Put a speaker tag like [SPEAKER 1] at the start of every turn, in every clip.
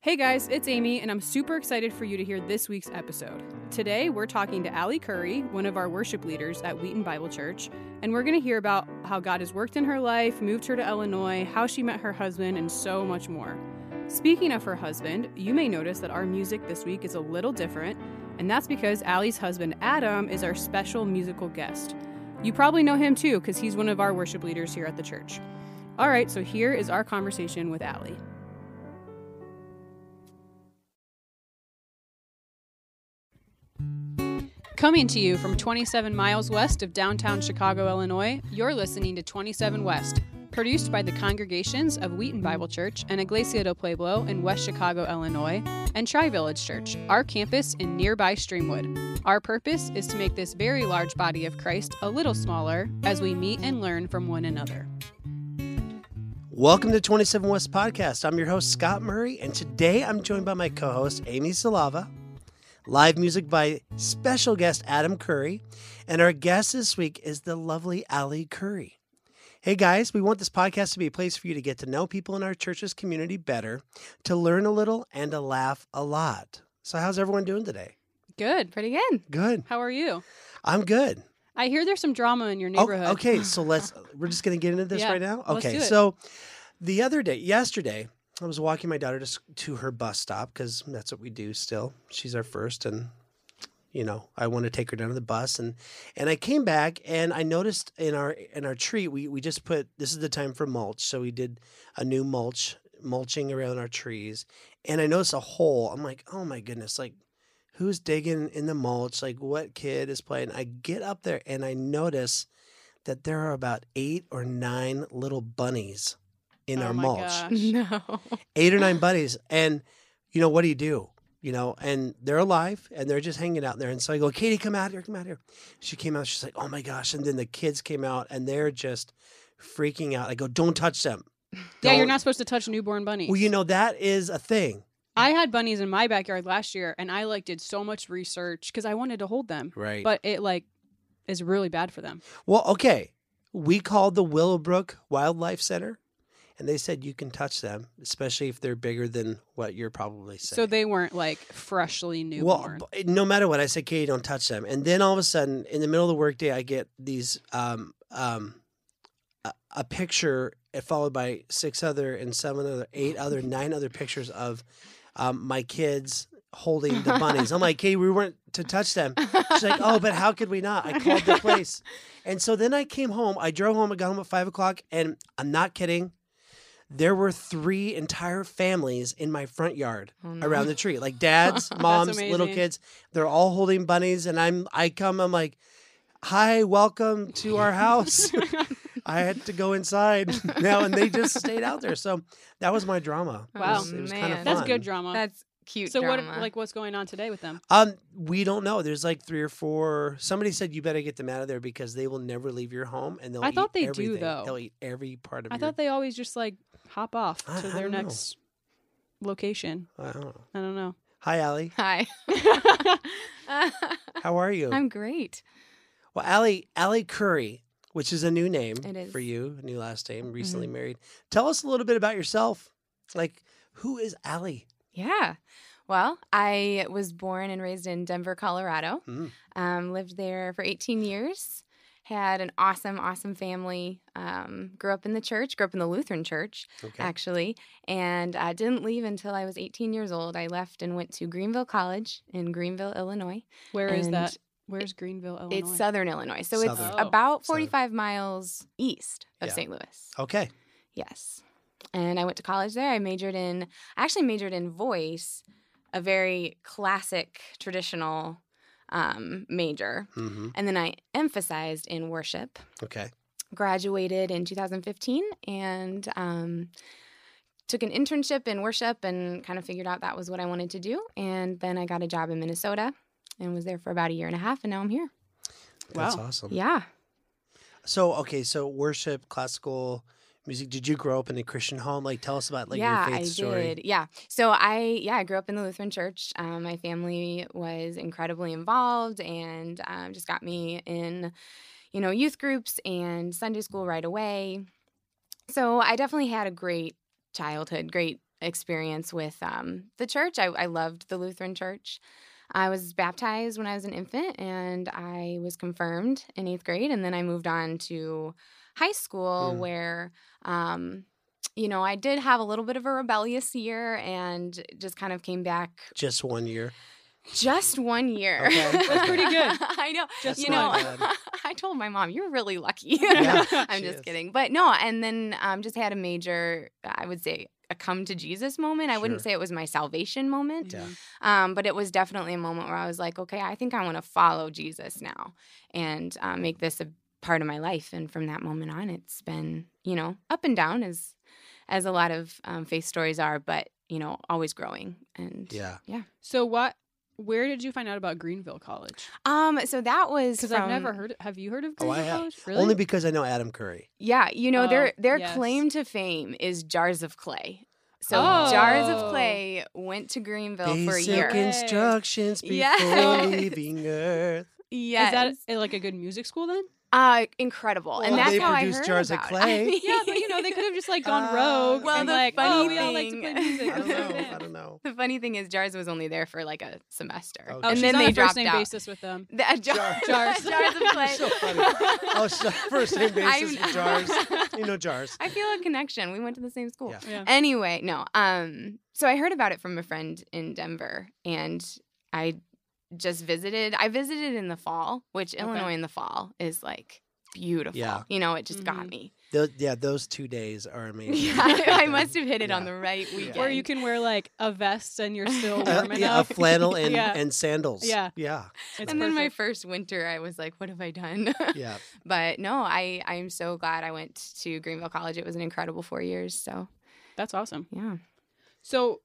[SPEAKER 1] Hey guys, it's Amy, and I'm super excited for you to hear this week's episode. Today, we're talking to Allie Curry, one of our worship leaders at Wheaton Bible Church, and we're going to hear about how God has worked in her life, moved her to Illinois, how she met her husband, and so much more. Speaking of her husband, you may notice that our music this week is a little different, and that's because Allie's husband, Adam, is our special musical guest. You probably know him too, because he's one of our worship leaders here at the church. All right, so here is our conversation with Allie. Coming to you from 27 miles west of downtown Chicago, Illinois, you're listening to 27 West, produced by the congregations of Wheaton Bible Church and Iglesia del Pueblo in West Chicago, Illinois, and Tri Village Church, our campus in nearby Streamwood. Our purpose is to make this very large body of Christ a little smaller as we meet and learn from one another.
[SPEAKER 2] Welcome to 27 West Podcast. I'm your host, Scott Murray, and today I'm joined by my co host, Amy Salava, live music by special guest, Adam Curry, and our guest this week is the lovely Allie Curry. Hey guys, we want this podcast to be a place for you to get to know people in our church's community better, to learn a little, and to laugh a lot. So, how's everyone doing today?
[SPEAKER 1] Good, pretty good.
[SPEAKER 2] Good.
[SPEAKER 1] How are you?
[SPEAKER 2] I'm good.
[SPEAKER 1] I hear there's some drama in your
[SPEAKER 2] Oh,
[SPEAKER 1] neighborhood.
[SPEAKER 2] okay, so let's we're just gonna get into this
[SPEAKER 1] Yeah,
[SPEAKER 2] right now.
[SPEAKER 1] let's
[SPEAKER 2] Okay,
[SPEAKER 1] do it.
[SPEAKER 2] so the other day, yesterday, I was walking my daughter to s- to her bus stop because that's what we do still. She's our first, and you know I want to take her down to the bus, and and I came back and I noticed in our in our tree we we just put this is the time for mulch, so we did a new mulch mulching around our trees, and I noticed a hole. I'm like, oh my goodness, like. Who's digging in the mulch? Like, what kid is playing? I get up there and I notice that there are about eight or nine little bunnies in
[SPEAKER 1] Oh
[SPEAKER 2] our
[SPEAKER 1] my
[SPEAKER 2] mulch.
[SPEAKER 1] gosh.
[SPEAKER 3] No.
[SPEAKER 2] Eight or nine bunnies. And, you know, what do you do? You know, and they're alive and they're just hanging out there. And so I go, Katie, come out here, come out here. She came out, she's like, oh my gosh. And then the kids came out and they're just freaking out. I go, don't touch them.
[SPEAKER 1] Yeah, you're
[SPEAKER 2] Don't-
[SPEAKER 1] not supposed to touch newborn bunnies.
[SPEAKER 2] Well, you know, that is a thing.
[SPEAKER 1] I had bunnies in my backyard last year, and I like did so much research because I wanted to hold them,
[SPEAKER 2] Right.
[SPEAKER 1] but it like is really bad for them.
[SPEAKER 2] Well, okay. We called the Willowbrook Wildlife Center and they said you can touch them, especially if they're bigger than what you're probably saying.
[SPEAKER 1] So they weren't like freshly newborn.
[SPEAKER 2] Well, b- no matter what, I said, Katie, don't touch them. And then all of a sudden, in the middle of the workday, I get these um, um, a, a picture uh, followed by six other and seven other, eight other, nine other pictures of um, my kids holding the bunnies. I'm like, Katie, we weren't to touch them. She's like, oh, but how could we not? I called the place. And so then I came home. I drove home. I got home at five o'clock. And I'm not kidding. There were three entire families in my front yard
[SPEAKER 3] Oh, no.
[SPEAKER 2] around the tree. Like dads,
[SPEAKER 1] That's
[SPEAKER 2] moms, little
[SPEAKER 1] amazing.
[SPEAKER 2] kids. They're all holding bunnies. And I'm, I come, I'm like, hi, welcome to our house. I had to go inside now. And they just stayed out there. So that was my drama. It
[SPEAKER 1] Wow.
[SPEAKER 2] was- It was, kind of fun.
[SPEAKER 3] Man.
[SPEAKER 1] That's good drama.
[SPEAKER 3] That's cute.
[SPEAKER 1] so what
[SPEAKER 3] drama.
[SPEAKER 1] like what's going on today with them?
[SPEAKER 2] Um, we don't know. There's like three or four. Somebody said you better get them out of there because they will never leave your home, and they'll.
[SPEAKER 1] I thought
[SPEAKER 2] eat
[SPEAKER 1] they do,
[SPEAKER 2] everything.
[SPEAKER 1] though.
[SPEAKER 2] They'll eat every part of.
[SPEAKER 1] I
[SPEAKER 2] your,
[SPEAKER 1] thought they always just like hop off
[SPEAKER 2] I-
[SPEAKER 1] to
[SPEAKER 2] I
[SPEAKER 1] their
[SPEAKER 2] don't know.
[SPEAKER 1] next location.
[SPEAKER 2] I don't know.
[SPEAKER 1] I don't know.
[SPEAKER 2] Hi, Allie.
[SPEAKER 3] Hi.
[SPEAKER 2] How are you?
[SPEAKER 3] Uh, I'm great.
[SPEAKER 2] Well, Allie, Allie Curry, which is a new name
[SPEAKER 3] It is.
[SPEAKER 2] for you, a new last name, recently
[SPEAKER 1] Mm-hmm.
[SPEAKER 2] married. Tell us a little bit about yourself. Like, who is Allie?
[SPEAKER 3] Yeah. Well, I was born and raised in Denver, Colorado.
[SPEAKER 2] Mm.
[SPEAKER 3] Um, lived there for 18 years. Had an awesome, awesome family. Um, grew up in the church. Grew up in the Lutheran church,
[SPEAKER 2] Okay.
[SPEAKER 3] actually, and I didn't leave until I was 18 years old. I left and went to Greenville College in Greenville, Illinois.
[SPEAKER 1] Where is
[SPEAKER 3] And
[SPEAKER 1] that? Where's Greenville, Illinois?
[SPEAKER 3] It's southern Illinois, so
[SPEAKER 2] Southern.
[SPEAKER 3] it's
[SPEAKER 1] Oh.
[SPEAKER 3] about
[SPEAKER 2] Southern.
[SPEAKER 3] 45 miles east of
[SPEAKER 2] Yeah.
[SPEAKER 3] St. Louis.
[SPEAKER 2] Okay.
[SPEAKER 3] Yes. And I went to college there. I majored in, I actually majored in voice, a very classic, traditional um, major.
[SPEAKER 2] hmm
[SPEAKER 3] And then I emphasized in worship.
[SPEAKER 2] Okay.
[SPEAKER 3] Graduated in 2015 and um, took an internship in worship and kind of figured out that was what I wanted to do. And then I got a job in Minnesota and was there for about a year and a half. And now I'm here.
[SPEAKER 2] That's
[SPEAKER 1] Wow.
[SPEAKER 2] awesome.
[SPEAKER 3] Yeah.
[SPEAKER 2] So, okay. So, worship, classical music. Did you grow up in a Christian home? Like, tell us about like
[SPEAKER 3] yeah,
[SPEAKER 2] your faith
[SPEAKER 3] I
[SPEAKER 2] story.
[SPEAKER 3] did. Yeah. So I yeah, I grew up in the Lutheran church. Um, my family was incredibly involved and um, just got me in, you know, youth groups and Sunday school right away. So I definitely had a great childhood, great experience with um, the church. I, I loved the Lutheran church. I was baptized when I was an infant and I was confirmed in eighth grade. And then I moved on to high school
[SPEAKER 2] Mm.
[SPEAKER 3] where, um, you know, I did have a little bit of a rebellious year and just kind of came back
[SPEAKER 2] Just one year.
[SPEAKER 3] just one year.
[SPEAKER 2] Okay. That's
[SPEAKER 1] pretty good.
[SPEAKER 3] I know.
[SPEAKER 2] Just
[SPEAKER 3] you know,
[SPEAKER 2] one. Good.
[SPEAKER 3] I told my mom, "You're really lucky."
[SPEAKER 1] Yeah,
[SPEAKER 3] I'm
[SPEAKER 2] she
[SPEAKER 3] just
[SPEAKER 2] is.
[SPEAKER 3] kidding, but no. And then um, just had a major, I would say, a come to Jesus moment. I wouldn't
[SPEAKER 2] Sure.
[SPEAKER 3] say it was my salvation moment,
[SPEAKER 2] Yeah.
[SPEAKER 3] um, but it was definitely a moment where I was like, okay, I think I want to follow Jesus now and uh, make this a part of my life. And from that moment on, it's been you know up and down as as a lot of um, faith stories are, but you know always growing. And
[SPEAKER 2] Yeah.
[SPEAKER 1] So what? Where did you find out about Greenville College?
[SPEAKER 3] um, so that was
[SPEAKER 1] Because I've
[SPEAKER 3] from-
[SPEAKER 1] never heard. Have you heard of
[SPEAKER 2] Oh, I
[SPEAKER 1] Greenville
[SPEAKER 2] have.
[SPEAKER 1] College? Really?
[SPEAKER 2] Only because I know Adam Curry.
[SPEAKER 3] Yeah, you know their
[SPEAKER 1] Oh,
[SPEAKER 3] their
[SPEAKER 1] yes.
[SPEAKER 3] claim to fame is jars of clay. So
[SPEAKER 2] Oh.
[SPEAKER 3] jars of clay went to Greenville Oh, for a
[SPEAKER 2] Basic
[SPEAKER 3] year.
[SPEAKER 1] in-
[SPEAKER 2] instructions before
[SPEAKER 3] Yes.
[SPEAKER 2] leaving Earth.
[SPEAKER 1] Is
[SPEAKER 3] Yes,
[SPEAKER 1] that uh, like a good music school then?
[SPEAKER 3] uh, incredible, and
[SPEAKER 2] Well,
[SPEAKER 3] that's
[SPEAKER 2] they
[SPEAKER 3] how I
[SPEAKER 2] produce
[SPEAKER 3] heard
[SPEAKER 2] jars of
[SPEAKER 3] about it.
[SPEAKER 2] clay.
[SPEAKER 3] I mean-
[SPEAKER 1] Yeah, but you know they could have just like gone
[SPEAKER 2] Uh,
[SPEAKER 1] rogue.
[SPEAKER 3] Well,
[SPEAKER 1] and
[SPEAKER 3] the
[SPEAKER 1] like,
[SPEAKER 3] funny
[SPEAKER 1] oh, we all like to play
[SPEAKER 3] thing-
[SPEAKER 1] music.
[SPEAKER 2] I
[SPEAKER 1] Let's
[SPEAKER 2] don't
[SPEAKER 1] do
[SPEAKER 2] know.
[SPEAKER 1] that.
[SPEAKER 2] I don't know.
[SPEAKER 3] The funny thing is, jars was only there for like a semester,
[SPEAKER 2] Okay.
[SPEAKER 1] Oh,
[SPEAKER 3] and
[SPEAKER 1] she's
[SPEAKER 3] then
[SPEAKER 1] on
[SPEAKER 3] they
[SPEAKER 1] a first
[SPEAKER 3] dropped
[SPEAKER 1] name
[SPEAKER 3] out.
[SPEAKER 1] basis with them.
[SPEAKER 3] The, uh, jar-
[SPEAKER 1] Jars.
[SPEAKER 3] jars of clay.
[SPEAKER 2] So funny. Oh, so first name basis
[SPEAKER 3] I'm-
[SPEAKER 2] with jars. You know jars.
[SPEAKER 3] I feel a connection. We went to the same school.
[SPEAKER 2] Yeah.
[SPEAKER 1] Yeah.
[SPEAKER 3] Anyway, no. Um, so I heard about it from a friend in Denver, and I just visited. I visited in the fall, which Illinois in the fall is like beautiful.
[SPEAKER 2] Yeah.
[SPEAKER 3] You know, it just got
[SPEAKER 1] Mhm.
[SPEAKER 3] me.
[SPEAKER 2] Tho- yeah, those two days are amazing.
[SPEAKER 3] Yeah, I, I must have hit it on
[SPEAKER 2] Yeah.
[SPEAKER 3] the right weekend.
[SPEAKER 1] Where you can wear like a vest and you're still
[SPEAKER 2] Uh,
[SPEAKER 1] warm
[SPEAKER 2] yeah, a
[SPEAKER 1] enough.
[SPEAKER 2] flannel and,
[SPEAKER 1] Yeah.
[SPEAKER 2] and sandals.
[SPEAKER 1] Yeah.
[SPEAKER 2] Yeah.
[SPEAKER 1] It's
[SPEAKER 3] and then my
[SPEAKER 1] perfect.
[SPEAKER 3] first winter, I was like, "What have I done?"
[SPEAKER 2] Yeah.
[SPEAKER 3] but no, I I am so glad I went to Greenville College. It was an incredible four years. So
[SPEAKER 1] That's awesome.
[SPEAKER 3] yeah,
[SPEAKER 1] So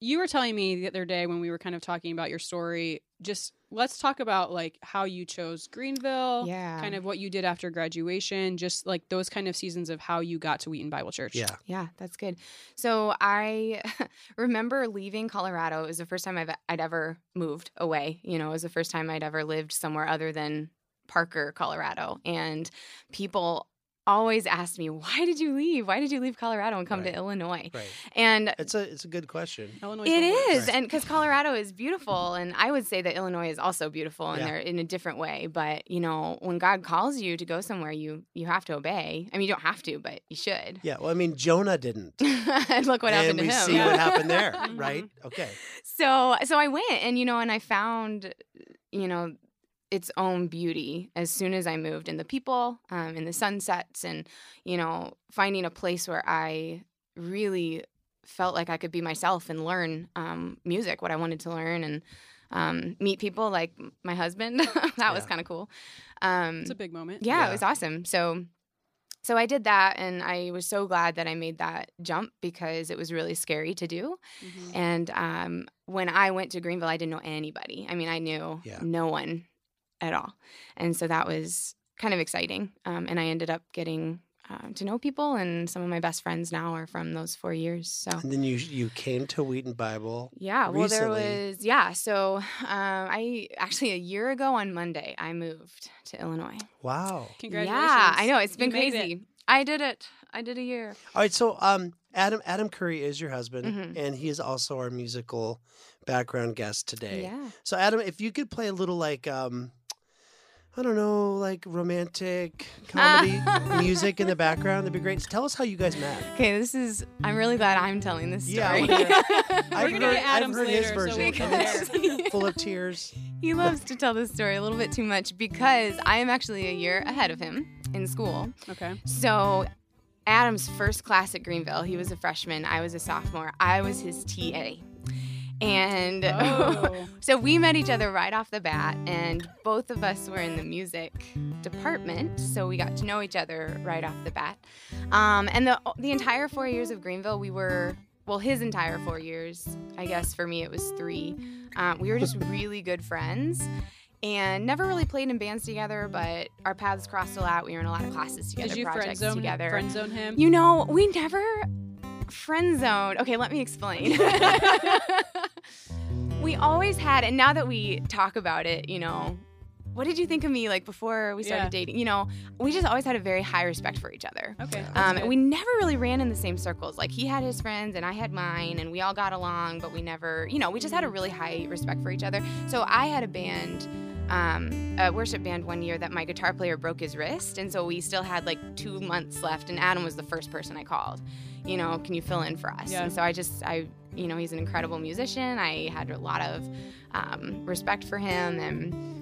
[SPEAKER 1] you were telling me the other day when we were kind of talking about your story, just let's talk about like how you chose Greenville,
[SPEAKER 3] yeah,
[SPEAKER 1] kind of what you did after graduation, just like those kind of seasons of how you got to Wheaton Bible Church.
[SPEAKER 2] Yeah.
[SPEAKER 3] Yeah, that's good. So I remember leaving Colorado. It was the first time I've, I'd ever moved away. You know, it was the first time I'd ever lived somewhere other than Parker, Colorado. And people always asked me, why did you leave? Why did you leave Colorado and come
[SPEAKER 2] Right.
[SPEAKER 3] to Illinois?
[SPEAKER 2] Right.
[SPEAKER 3] And
[SPEAKER 2] It's a it's a good question.
[SPEAKER 1] Illinois.
[SPEAKER 3] it is,
[SPEAKER 2] Right.
[SPEAKER 3] and because Colorado is beautiful, and I would say that Illinois is also beautiful, and
[SPEAKER 2] Yeah.
[SPEAKER 3] they're in a different way. But you know, when God calls you to go somewhere, you you have to obey. I mean, you don't have to, but you should.
[SPEAKER 2] Yeah. Well, I mean, Jonah didn't.
[SPEAKER 3] and look what
[SPEAKER 2] and
[SPEAKER 3] happened
[SPEAKER 2] we
[SPEAKER 3] to him. Mm-hmm.
[SPEAKER 2] see
[SPEAKER 1] Yeah.
[SPEAKER 2] what happened there,
[SPEAKER 1] Mhm.
[SPEAKER 2] right? Okay.
[SPEAKER 3] so so I went and you know and I found you know its own beauty as soon as I moved and the people um, and the sunsets and you know finding a place where I really felt like I could be myself and learn um, music what I wanted to learn and um, meet people like my husband that was
[SPEAKER 2] Yeah.
[SPEAKER 3] kind of cool um,
[SPEAKER 1] It's a big moment.
[SPEAKER 3] yeah,
[SPEAKER 2] Yeah.
[SPEAKER 3] it was awesome. So so I did that and I was so glad that I made that jump because it was really scary to do.
[SPEAKER 1] Mhm.
[SPEAKER 3] And um, when I went to Greenville, I didn't know anybody. I mean, I knew
[SPEAKER 2] Yeah.
[SPEAKER 3] no one at all. And so that was kind of exciting. Um, and I ended up getting um, to know people, and some of my best friends now are from those four years. So.
[SPEAKER 2] And then you you came to Wheaton Bible.
[SPEAKER 3] Yeah, well, there
[SPEAKER 2] recently-
[SPEAKER 3] was yeah. So um, I actually a year ago on Monday I moved to Illinois.
[SPEAKER 2] Wow.
[SPEAKER 1] Congratulations.
[SPEAKER 3] Yeah, I know it's been
[SPEAKER 1] You made it.
[SPEAKER 3] crazy. I did it. I did a year.
[SPEAKER 2] All right. So um, Adam Adam Curry is your husband,
[SPEAKER 3] Mhm.
[SPEAKER 2] and he is also our musical background guest today.
[SPEAKER 3] Yeah.
[SPEAKER 2] So Adam, if you could play a little like um, I don't know, like romantic comedy
[SPEAKER 3] Ah.
[SPEAKER 2] music in the background, that'd be great. Tell us how you guys met.
[SPEAKER 3] Okay, this is. I'm really glad I'm telling this
[SPEAKER 2] Yeah,
[SPEAKER 3] story.
[SPEAKER 1] We're
[SPEAKER 2] I've
[SPEAKER 1] gonna
[SPEAKER 2] heard-
[SPEAKER 1] get
[SPEAKER 2] I've
[SPEAKER 1] Adam's
[SPEAKER 2] heard
[SPEAKER 1] later,
[SPEAKER 2] his
[SPEAKER 1] so
[SPEAKER 2] version.
[SPEAKER 1] we'll
[SPEAKER 2] and
[SPEAKER 1] come
[SPEAKER 2] it's
[SPEAKER 1] there.
[SPEAKER 3] because
[SPEAKER 2] full of tears.
[SPEAKER 3] he loves to tell this story a little bit too much because I am actually a year ahead of him in school.
[SPEAKER 1] Okay.
[SPEAKER 3] So, Adam's first class at Greenville, he was a freshman. I was a sophomore. I was his TA, and.
[SPEAKER 1] Oh.
[SPEAKER 3] So we met each other right off the bat, and both of us were in the music department, so we got to know each other right off the bat. Um, and the the entire four years of Greenville, we were well, his entire four years, I guess for me it was three. Um, we were just really good friends. And never really played in bands together, but our paths crossed a lot. We were in a lot of classes together,
[SPEAKER 1] Did you friend
[SPEAKER 3] projects
[SPEAKER 1] zone
[SPEAKER 3] together.
[SPEAKER 1] friend zone him?
[SPEAKER 3] You know, we never friend zoned. Okay, let me explain. we always had, and now that we talk about it, you know, what did you think of me like before we started
[SPEAKER 1] Yeah.
[SPEAKER 3] dating? You know, we just always had a very high respect for each other.
[SPEAKER 1] Okay.
[SPEAKER 3] Um, and we never really ran in the same circles. Like he had his friends and I had mine, and we all got along, but we never, you know, we just had a really high respect for each other. So I had a band, um, a worship band one year that my guitar player broke his wrist, and so we still had like two months left. And Adam was the first person I called. You know, can you fill in for us?
[SPEAKER 1] Yeah.
[SPEAKER 3] And so I just, I, you know, he's an incredible musician. I had a lot of um, respect for him and.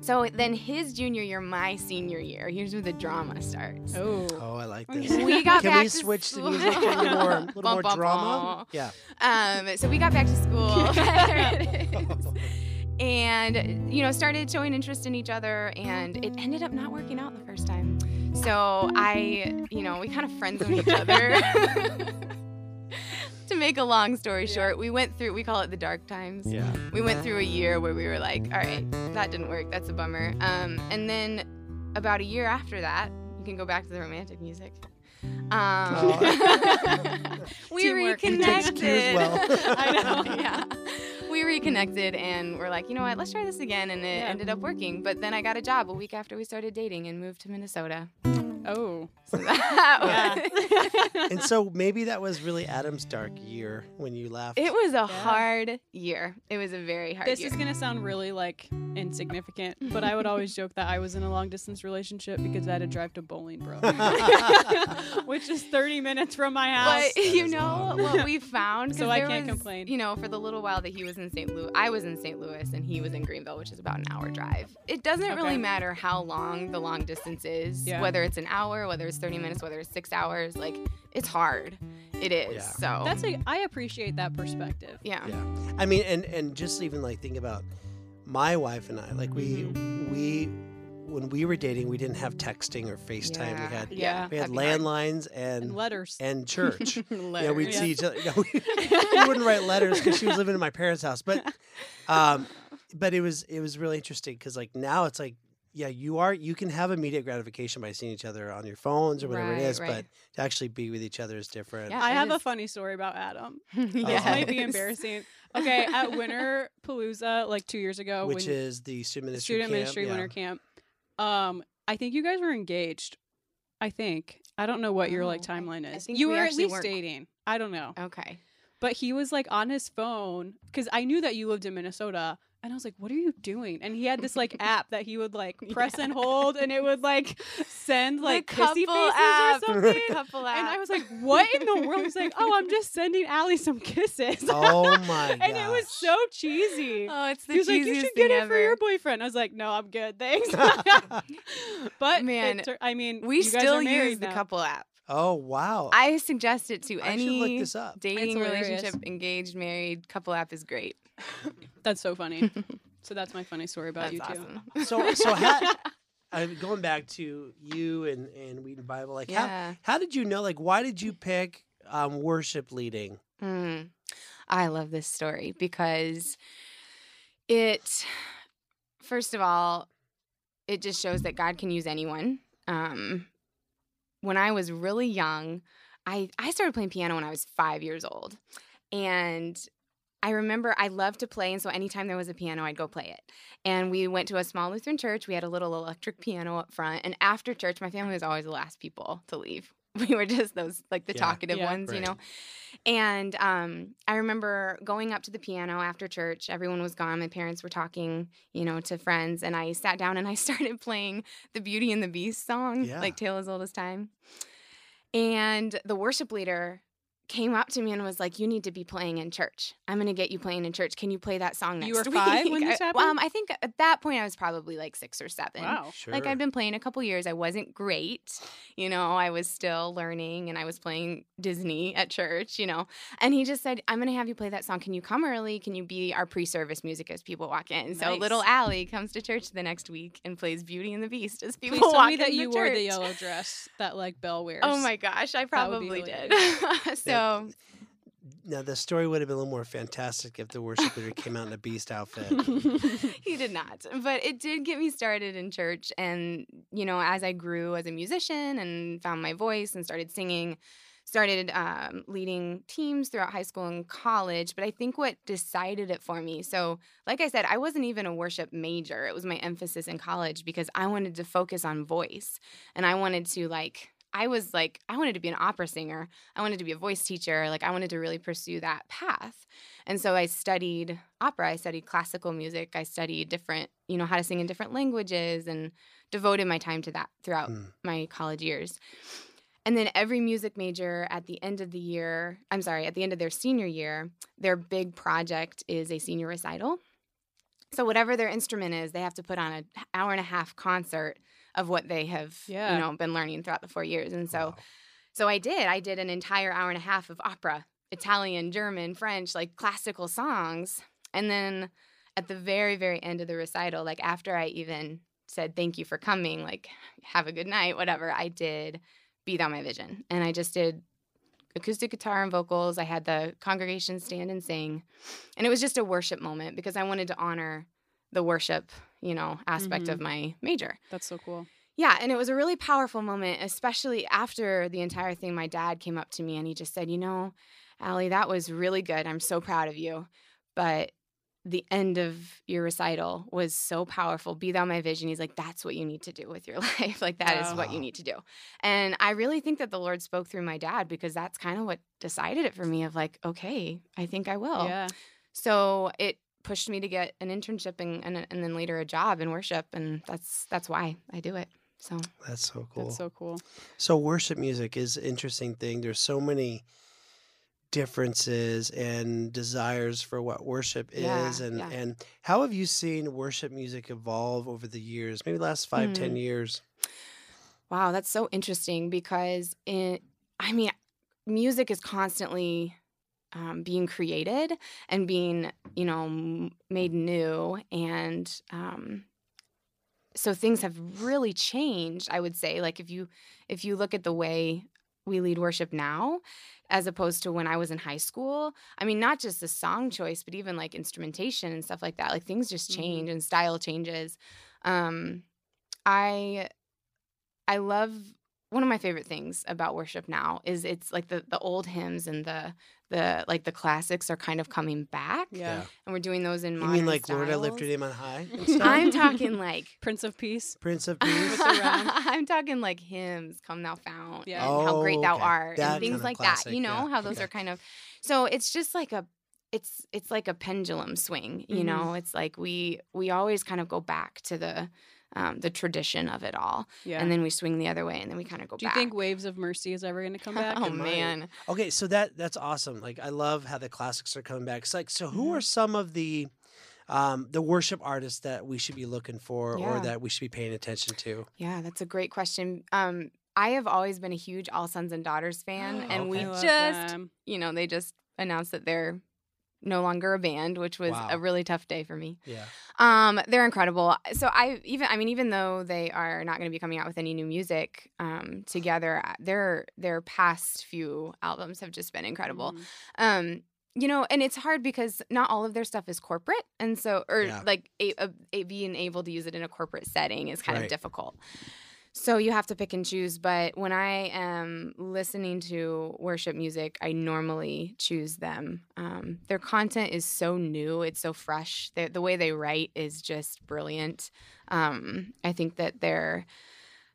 [SPEAKER 3] So then his junior year, my senior year, here's where the drama starts
[SPEAKER 1] oh.
[SPEAKER 2] Oh, I like
[SPEAKER 1] Okay.
[SPEAKER 2] this.
[SPEAKER 3] we got
[SPEAKER 2] Can
[SPEAKER 3] back
[SPEAKER 2] we
[SPEAKER 3] to
[SPEAKER 2] switch to
[SPEAKER 3] school.
[SPEAKER 2] music? A little more, a little
[SPEAKER 3] Bum,
[SPEAKER 2] more
[SPEAKER 3] bum,
[SPEAKER 2] drama. Yeah.
[SPEAKER 3] bum. Um, so we got back to school. There it is. and you know started showing interest in each other and it ended up not working out the first time so i you know we kind of friend zoned each other to make a long story short we went through we call it the dark times
[SPEAKER 2] Yeah.
[SPEAKER 3] we went
[SPEAKER 1] Mm-hmm.
[SPEAKER 3] through a year where we were like, all right, that didn't work. That's a bummer. Um, and then about a year after that, you can go back to the romantic music. Um,
[SPEAKER 2] Oh.
[SPEAKER 3] we
[SPEAKER 1] Teamwork. You takes
[SPEAKER 3] reconnected.
[SPEAKER 2] two as well.
[SPEAKER 3] I know. Yeah. We reconnected and we're like, you know what? Let's try this again. And it
[SPEAKER 1] Yeah.
[SPEAKER 3] ended up working. But then I got a job a week after we started dating and moved to Minnesota.
[SPEAKER 1] Oh.
[SPEAKER 3] So that
[SPEAKER 1] Yeah.
[SPEAKER 3] was-
[SPEAKER 2] And so maybe that was really Adam's dark year when you left.
[SPEAKER 3] it was a hard year. It was a very hard
[SPEAKER 1] this
[SPEAKER 3] year.
[SPEAKER 1] is going to sound really like insignificant, but I would always joke that I was in a long distance relationship because I had to drive to Bolingbrook, which is 30 minutes from my house.
[SPEAKER 3] But you
[SPEAKER 2] is
[SPEAKER 3] know
[SPEAKER 2] wild.
[SPEAKER 3] what we found? 'Cause
[SPEAKER 1] So I
[SPEAKER 3] there
[SPEAKER 1] can't
[SPEAKER 3] was,
[SPEAKER 1] complain.
[SPEAKER 3] You know, for the little while that he was in St. Louis, I was in St. Louis and he was in Greenville, which is about an hour drive. It doesn't
[SPEAKER 1] Okay.
[SPEAKER 3] really matter how long the long distance is,
[SPEAKER 1] Yeah.
[SPEAKER 3] whether it's an hour, whether it's 30 minutes, whether it's six hours. Like, it's hard. It is.
[SPEAKER 2] Yeah.
[SPEAKER 3] So,
[SPEAKER 1] That's a, I appreciate that perspective.
[SPEAKER 3] yeah.
[SPEAKER 2] Yeah. I mean, and and just even like think about my wife and I. Like we we when we were dating, we didn't have texting or FaceTime.
[SPEAKER 3] Yeah.
[SPEAKER 2] We had
[SPEAKER 1] Yeah.
[SPEAKER 2] we had
[SPEAKER 3] That'd be hard.
[SPEAKER 2] landlines and
[SPEAKER 1] And letters.
[SPEAKER 2] and church. yeah, we'd
[SPEAKER 1] Yeah.
[SPEAKER 2] see each other. No, we, we wouldn't write letters because she was living in my parents' house. But, um, but it was it was really interesting because like now it's like yeah you are you can have immediate gratification by seeing each other on your phones or whatever
[SPEAKER 3] Right,
[SPEAKER 2] it is,
[SPEAKER 3] right.
[SPEAKER 2] but to actually be with each other is different.
[SPEAKER 3] Yeah.
[SPEAKER 1] I
[SPEAKER 3] it
[SPEAKER 1] have a
[SPEAKER 3] is.
[SPEAKER 1] funny story about Adam.
[SPEAKER 3] yeah.
[SPEAKER 1] This might be
[SPEAKER 2] Yes.
[SPEAKER 1] embarrassing. Okay, at Winter Palooza, like two years ago,
[SPEAKER 2] Which
[SPEAKER 1] when
[SPEAKER 2] is the student
[SPEAKER 1] the
[SPEAKER 2] ministry
[SPEAKER 1] student
[SPEAKER 2] camp,
[SPEAKER 1] ministry
[SPEAKER 2] yeah.
[SPEAKER 1] winter camp, um, I think you guys were engaged. I think I don't know what your like
[SPEAKER 3] Oh, I-
[SPEAKER 1] timeline
[SPEAKER 3] I
[SPEAKER 1] is.
[SPEAKER 3] think
[SPEAKER 1] you
[SPEAKER 3] we
[SPEAKER 1] were at
[SPEAKER 3] actually
[SPEAKER 1] least
[SPEAKER 3] weren't-
[SPEAKER 1] dating. I don't know,
[SPEAKER 3] Okay.
[SPEAKER 1] but he was like on his phone because I knew that you lived in Minnesota, and I was like, "What are you doing?" And he had this like app that he would like press and hold, and it would like send like
[SPEAKER 3] the
[SPEAKER 1] kissy faces
[SPEAKER 3] couple
[SPEAKER 1] or
[SPEAKER 3] app.
[SPEAKER 1] something.
[SPEAKER 3] The couple app.
[SPEAKER 1] And I was like, "What in the world?" He's like, "Oh, I'm just sending Allie some kisses."
[SPEAKER 2] Oh my!
[SPEAKER 1] and it was
[SPEAKER 2] gosh.
[SPEAKER 1] so cheesy.
[SPEAKER 3] oh, it's the
[SPEAKER 1] he was like,
[SPEAKER 3] cheesiest
[SPEAKER 1] "You should
[SPEAKER 3] thing
[SPEAKER 1] get it
[SPEAKER 3] ever.
[SPEAKER 1] for your boyfriend." I was like, "No, I'm good, thanks." but man,
[SPEAKER 3] Man,
[SPEAKER 1] I mean,
[SPEAKER 3] we
[SPEAKER 1] you guys are
[SPEAKER 3] still
[SPEAKER 1] married
[SPEAKER 3] use the
[SPEAKER 1] now.
[SPEAKER 3] couple app.
[SPEAKER 2] oh wow!
[SPEAKER 3] I suggest it to
[SPEAKER 2] I should
[SPEAKER 3] any
[SPEAKER 2] look this up.
[SPEAKER 3] dating
[SPEAKER 1] hilarious.
[SPEAKER 3] relationship, engaged, married, couple app is great.
[SPEAKER 1] That's so funny. so that's my funny story about
[SPEAKER 3] That's
[SPEAKER 1] you two.
[SPEAKER 3] awesome.
[SPEAKER 2] so so how, I'm going back to you and and Wheaton Bible. Like how
[SPEAKER 3] Yeah.
[SPEAKER 2] How did you know? Like, why did you pick um, worship leading?
[SPEAKER 3] Mm. I love this story because it, first of all, it just shows that God can use anyone. Um, when I was really young, I, I started playing piano when I was five years old. And I remember I loved to play. And so anytime there was a piano, I'd go play it. And we went to a small Lutheran church. We had a little electric piano up front. And after church, my family was always the last people to leave. We were just those, like the
[SPEAKER 2] Yeah.
[SPEAKER 3] talkative
[SPEAKER 1] Yeah.
[SPEAKER 3] ones,
[SPEAKER 2] Right.
[SPEAKER 3] you know? And um, I remember going up to the piano after church. Everyone was gone. My parents were talking, you know, to friends. And I sat down and I started playing the Beauty and the Beast song,
[SPEAKER 2] Yeah.
[SPEAKER 3] like Tale as Old as Time. And the worship leader came up to me and was like, "You need to be playing in church. I'm going to get you playing in church. Can you play that song next
[SPEAKER 1] You were
[SPEAKER 3] week?"
[SPEAKER 1] five when this
[SPEAKER 3] I-
[SPEAKER 1] happened?
[SPEAKER 3] um, I think at that point I was probably like six or seven.
[SPEAKER 1] Wow.
[SPEAKER 2] Sure.
[SPEAKER 3] Oh, Like I'd been playing a couple years. I wasn't great. You know, I was still learning and I was playing Disney at church, you know. And he just said, I'm going to have you play that song. Can you come early? Can you be our pre service music as people walk in? So
[SPEAKER 1] Nice.
[SPEAKER 3] little Allie comes to church the next week and plays Beauty and the Beast as people
[SPEAKER 1] Please tell
[SPEAKER 3] walk
[SPEAKER 1] me that
[SPEAKER 3] in
[SPEAKER 1] you
[SPEAKER 3] the
[SPEAKER 1] wore the
[SPEAKER 3] church.
[SPEAKER 1] yellow dress that like Belle wears.
[SPEAKER 3] Oh my gosh, I
[SPEAKER 1] That would be
[SPEAKER 3] probably
[SPEAKER 1] really
[SPEAKER 3] did. so
[SPEAKER 2] Now the story would have been a little more fantastic if the worship leader came out in a beast outfit.
[SPEAKER 3] he did not. But it did get me started in church. And, you know, as I grew as a musician and found my voice and started singing, started um, leading teams throughout high school and college. But I think what decided it for me so, like I said, I wasn't even a worship major, it was my emphasis in college because I wanted to focus on voice and I wanted to like I was like, I wanted to be an opera singer. I wanted to be a voice teacher. Like, I wanted to really pursue that path. And so I studied opera. I studied classical music. I studied different, you know, how to sing in different languages and devoted my time to that throughout
[SPEAKER 2] Hmm.
[SPEAKER 3] my college years. And then every music major at the end of the year, I'm sorry, at the end of their senior year, their big project is a senior recital. So whatever their instrument is, they have to put on an hour and a half concert of what they have,
[SPEAKER 1] Yeah.
[SPEAKER 3] you know, been learning throughout the four years. And so
[SPEAKER 2] Wow.
[SPEAKER 3] so I did. I did an entire hour and a half of opera, Italian, German, French, like classical songs. And then at the very, very end of the recital, like after I even said thank you for coming, like have a good night, whatever, I did Be Thou My Vision. And I just did acoustic guitar and vocals. I had the congregation stand and sing. And it was just a worship moment because I wanted to honor the worship, you know, aspect of my major.
[SPEAKER 1] That's so cool.
[SPEAKER 3] Yeah, and it was a really powerful moment, especially after the entire thing. My dad came up to me and he just said, You know, Allie, that was really good. I'm so proud of you. But the end of your recital was so powerful. Be thou my vision. He's like, That's what you need to do with your life. Like, that is what
[SPEAKER 2] Wow.
[SPEAKER 3] you need to do. And I really think that the Lord spoke through my dad because that's kind of what decided it for me of like, okay, I think I will.
[SPEAKER 1] Yeah.
[SPEAKER 3] So it pushed me to get an internship and, and, and then later a job in worship. And that's that's why I do it. So
[SPEAKER 2] That's so cool.
[SPEAKER 1] That's so cool.
[SPEAKER 2] So worship music is an interesting thing. There's so many differences and desires for what worship
[SPEAKER 3] Yeah,
[SPEAKER 2] is and
[SPEAKER 3] yeah.
[SPEAKER 2] and how have you seen worship music evolve over the years maybe the last five, ten
[SPEAKER 3] Hmm.
[SPEAKER 2] years
[SPEAKER 3] Wow, that's so interesting because in I mean, music is constantly um, being created and being you know m- made new, and um, so things have really changed. I would say, like if you if you look at the way we lead worship now as opposed to when I was in high school. I mean, not just the song choice, but even like instrumentation and stuff like that. Like things just
[SPEAKER 1] Mhm.
[SPEAKER 3] change and style changes. Um, I I love one of my favorite things about worship now is it's like the the old hymns and the the like the classics are kind of coming back,
[SPEAKER 1] Yeah.
[SPEAKER 3] and we're doing those in
[SPEAKER 2] you
[SPEAKER 3] modern
[SPEAKER 2] mean like lord i lifted
[SPEAKER 3] styles.
[SPEAKER 2] him on high and
[SPEAKER 1] it
[SPEAKER 2] stuff?
[SPEAKER 1] up?
[SPEAKER 3] I'm talking like
[SPEAKER 1] Prince of Peace.
[SPEAKER 2] prince of peace
[SPEAKER 1] the round.
[SPEAKER 3] I'm talking like hymns, "Come Thou Fount,"
[SPEAKER 1] Yeah.
[SPEAKER 3] and "How Great
[SPEAKER 2] Oh,
[SPEAKER 3] Thou
[SPEAKER 2] okay.
[SPEAKER 3] Art,"
[SPEAKER 2] That
[SPEAKER 3] and things
[SPEAKER 2] kind of
[SPEAKER 3] like
[SPEAKER 2] classic,
[SPEAKER 3] that. You know
[SPEAKER 2] yeah.
[SPEAKER 3] how those
[SPEAKER 2] Okay.
[SPEAKER 3] are kind of. So it's just like a, it's it's like a pendulum swing. You
[SPEAKER 1] Mhm.
[SPEAKER 3] know, it's like we we always kind of go back to the, um, the tradition of it all,
[SPEAKER 1] Yeah.
[SPEAKER 3] and then we swing the other way, and then we kind of go
[SPEAKER 1] Do you
[SPEAKER 3] back.
[SPEAKER 1] think Waves of Mercy is ever going to come back?
[SPEAKER 3] oh
[SPEAKER 2] in mind.
[SPEAKER 3] man,
[SPEAKER 2] okay so that that's awesome like i love how the classics are coming back it's like so who
[SPEAKER 3] Mhm.
[SPEAKER 2] are some of the um the worship artists that we should be looking for or
[SPEAKER 3] Yeah.
[SPEAKER 2] that we should be paying attention to
[SPEAKER 3] yeah, that's a great question. Um, I have always been a huge All Sons and Daughters fan, and we
[SPEAKER 1] I
[SPEAKER 2] Okay.
[SPEAKER 1] love
[SPEAKER 3] just
[SPEAKER 1] them.
[SPEAKER 3] you know they just announced that they're no longer a band, which was
[SPEAKER 2] Wow.
[SPEAKER 3] a really tough day for me.
[SPEAKER 2] yeah
[SPEAKER 3] Um, they're incredible. So I even I mean even though they are not going to be coming out with any new music um, together, uh, their their past few albums have just been incredible.
[SPEAKER 1] Mhm.
[SPEAKER 3] Um, you know, and it's hard because not all of their stuff is corporate, and so or
[SPEAKER 2] Yeah.
[SPEAKER 3] like a, a, a, being able to use it in a corporate setting is kind
[SPEAKER 2] Right.
[SPEAKER 3] of difficult. So you have to pick and choose. But when I am listening to worship music, I normally choose them. Um, their content is so new; it's so fresh. The, the way they write is just brilliant. Um, I think that their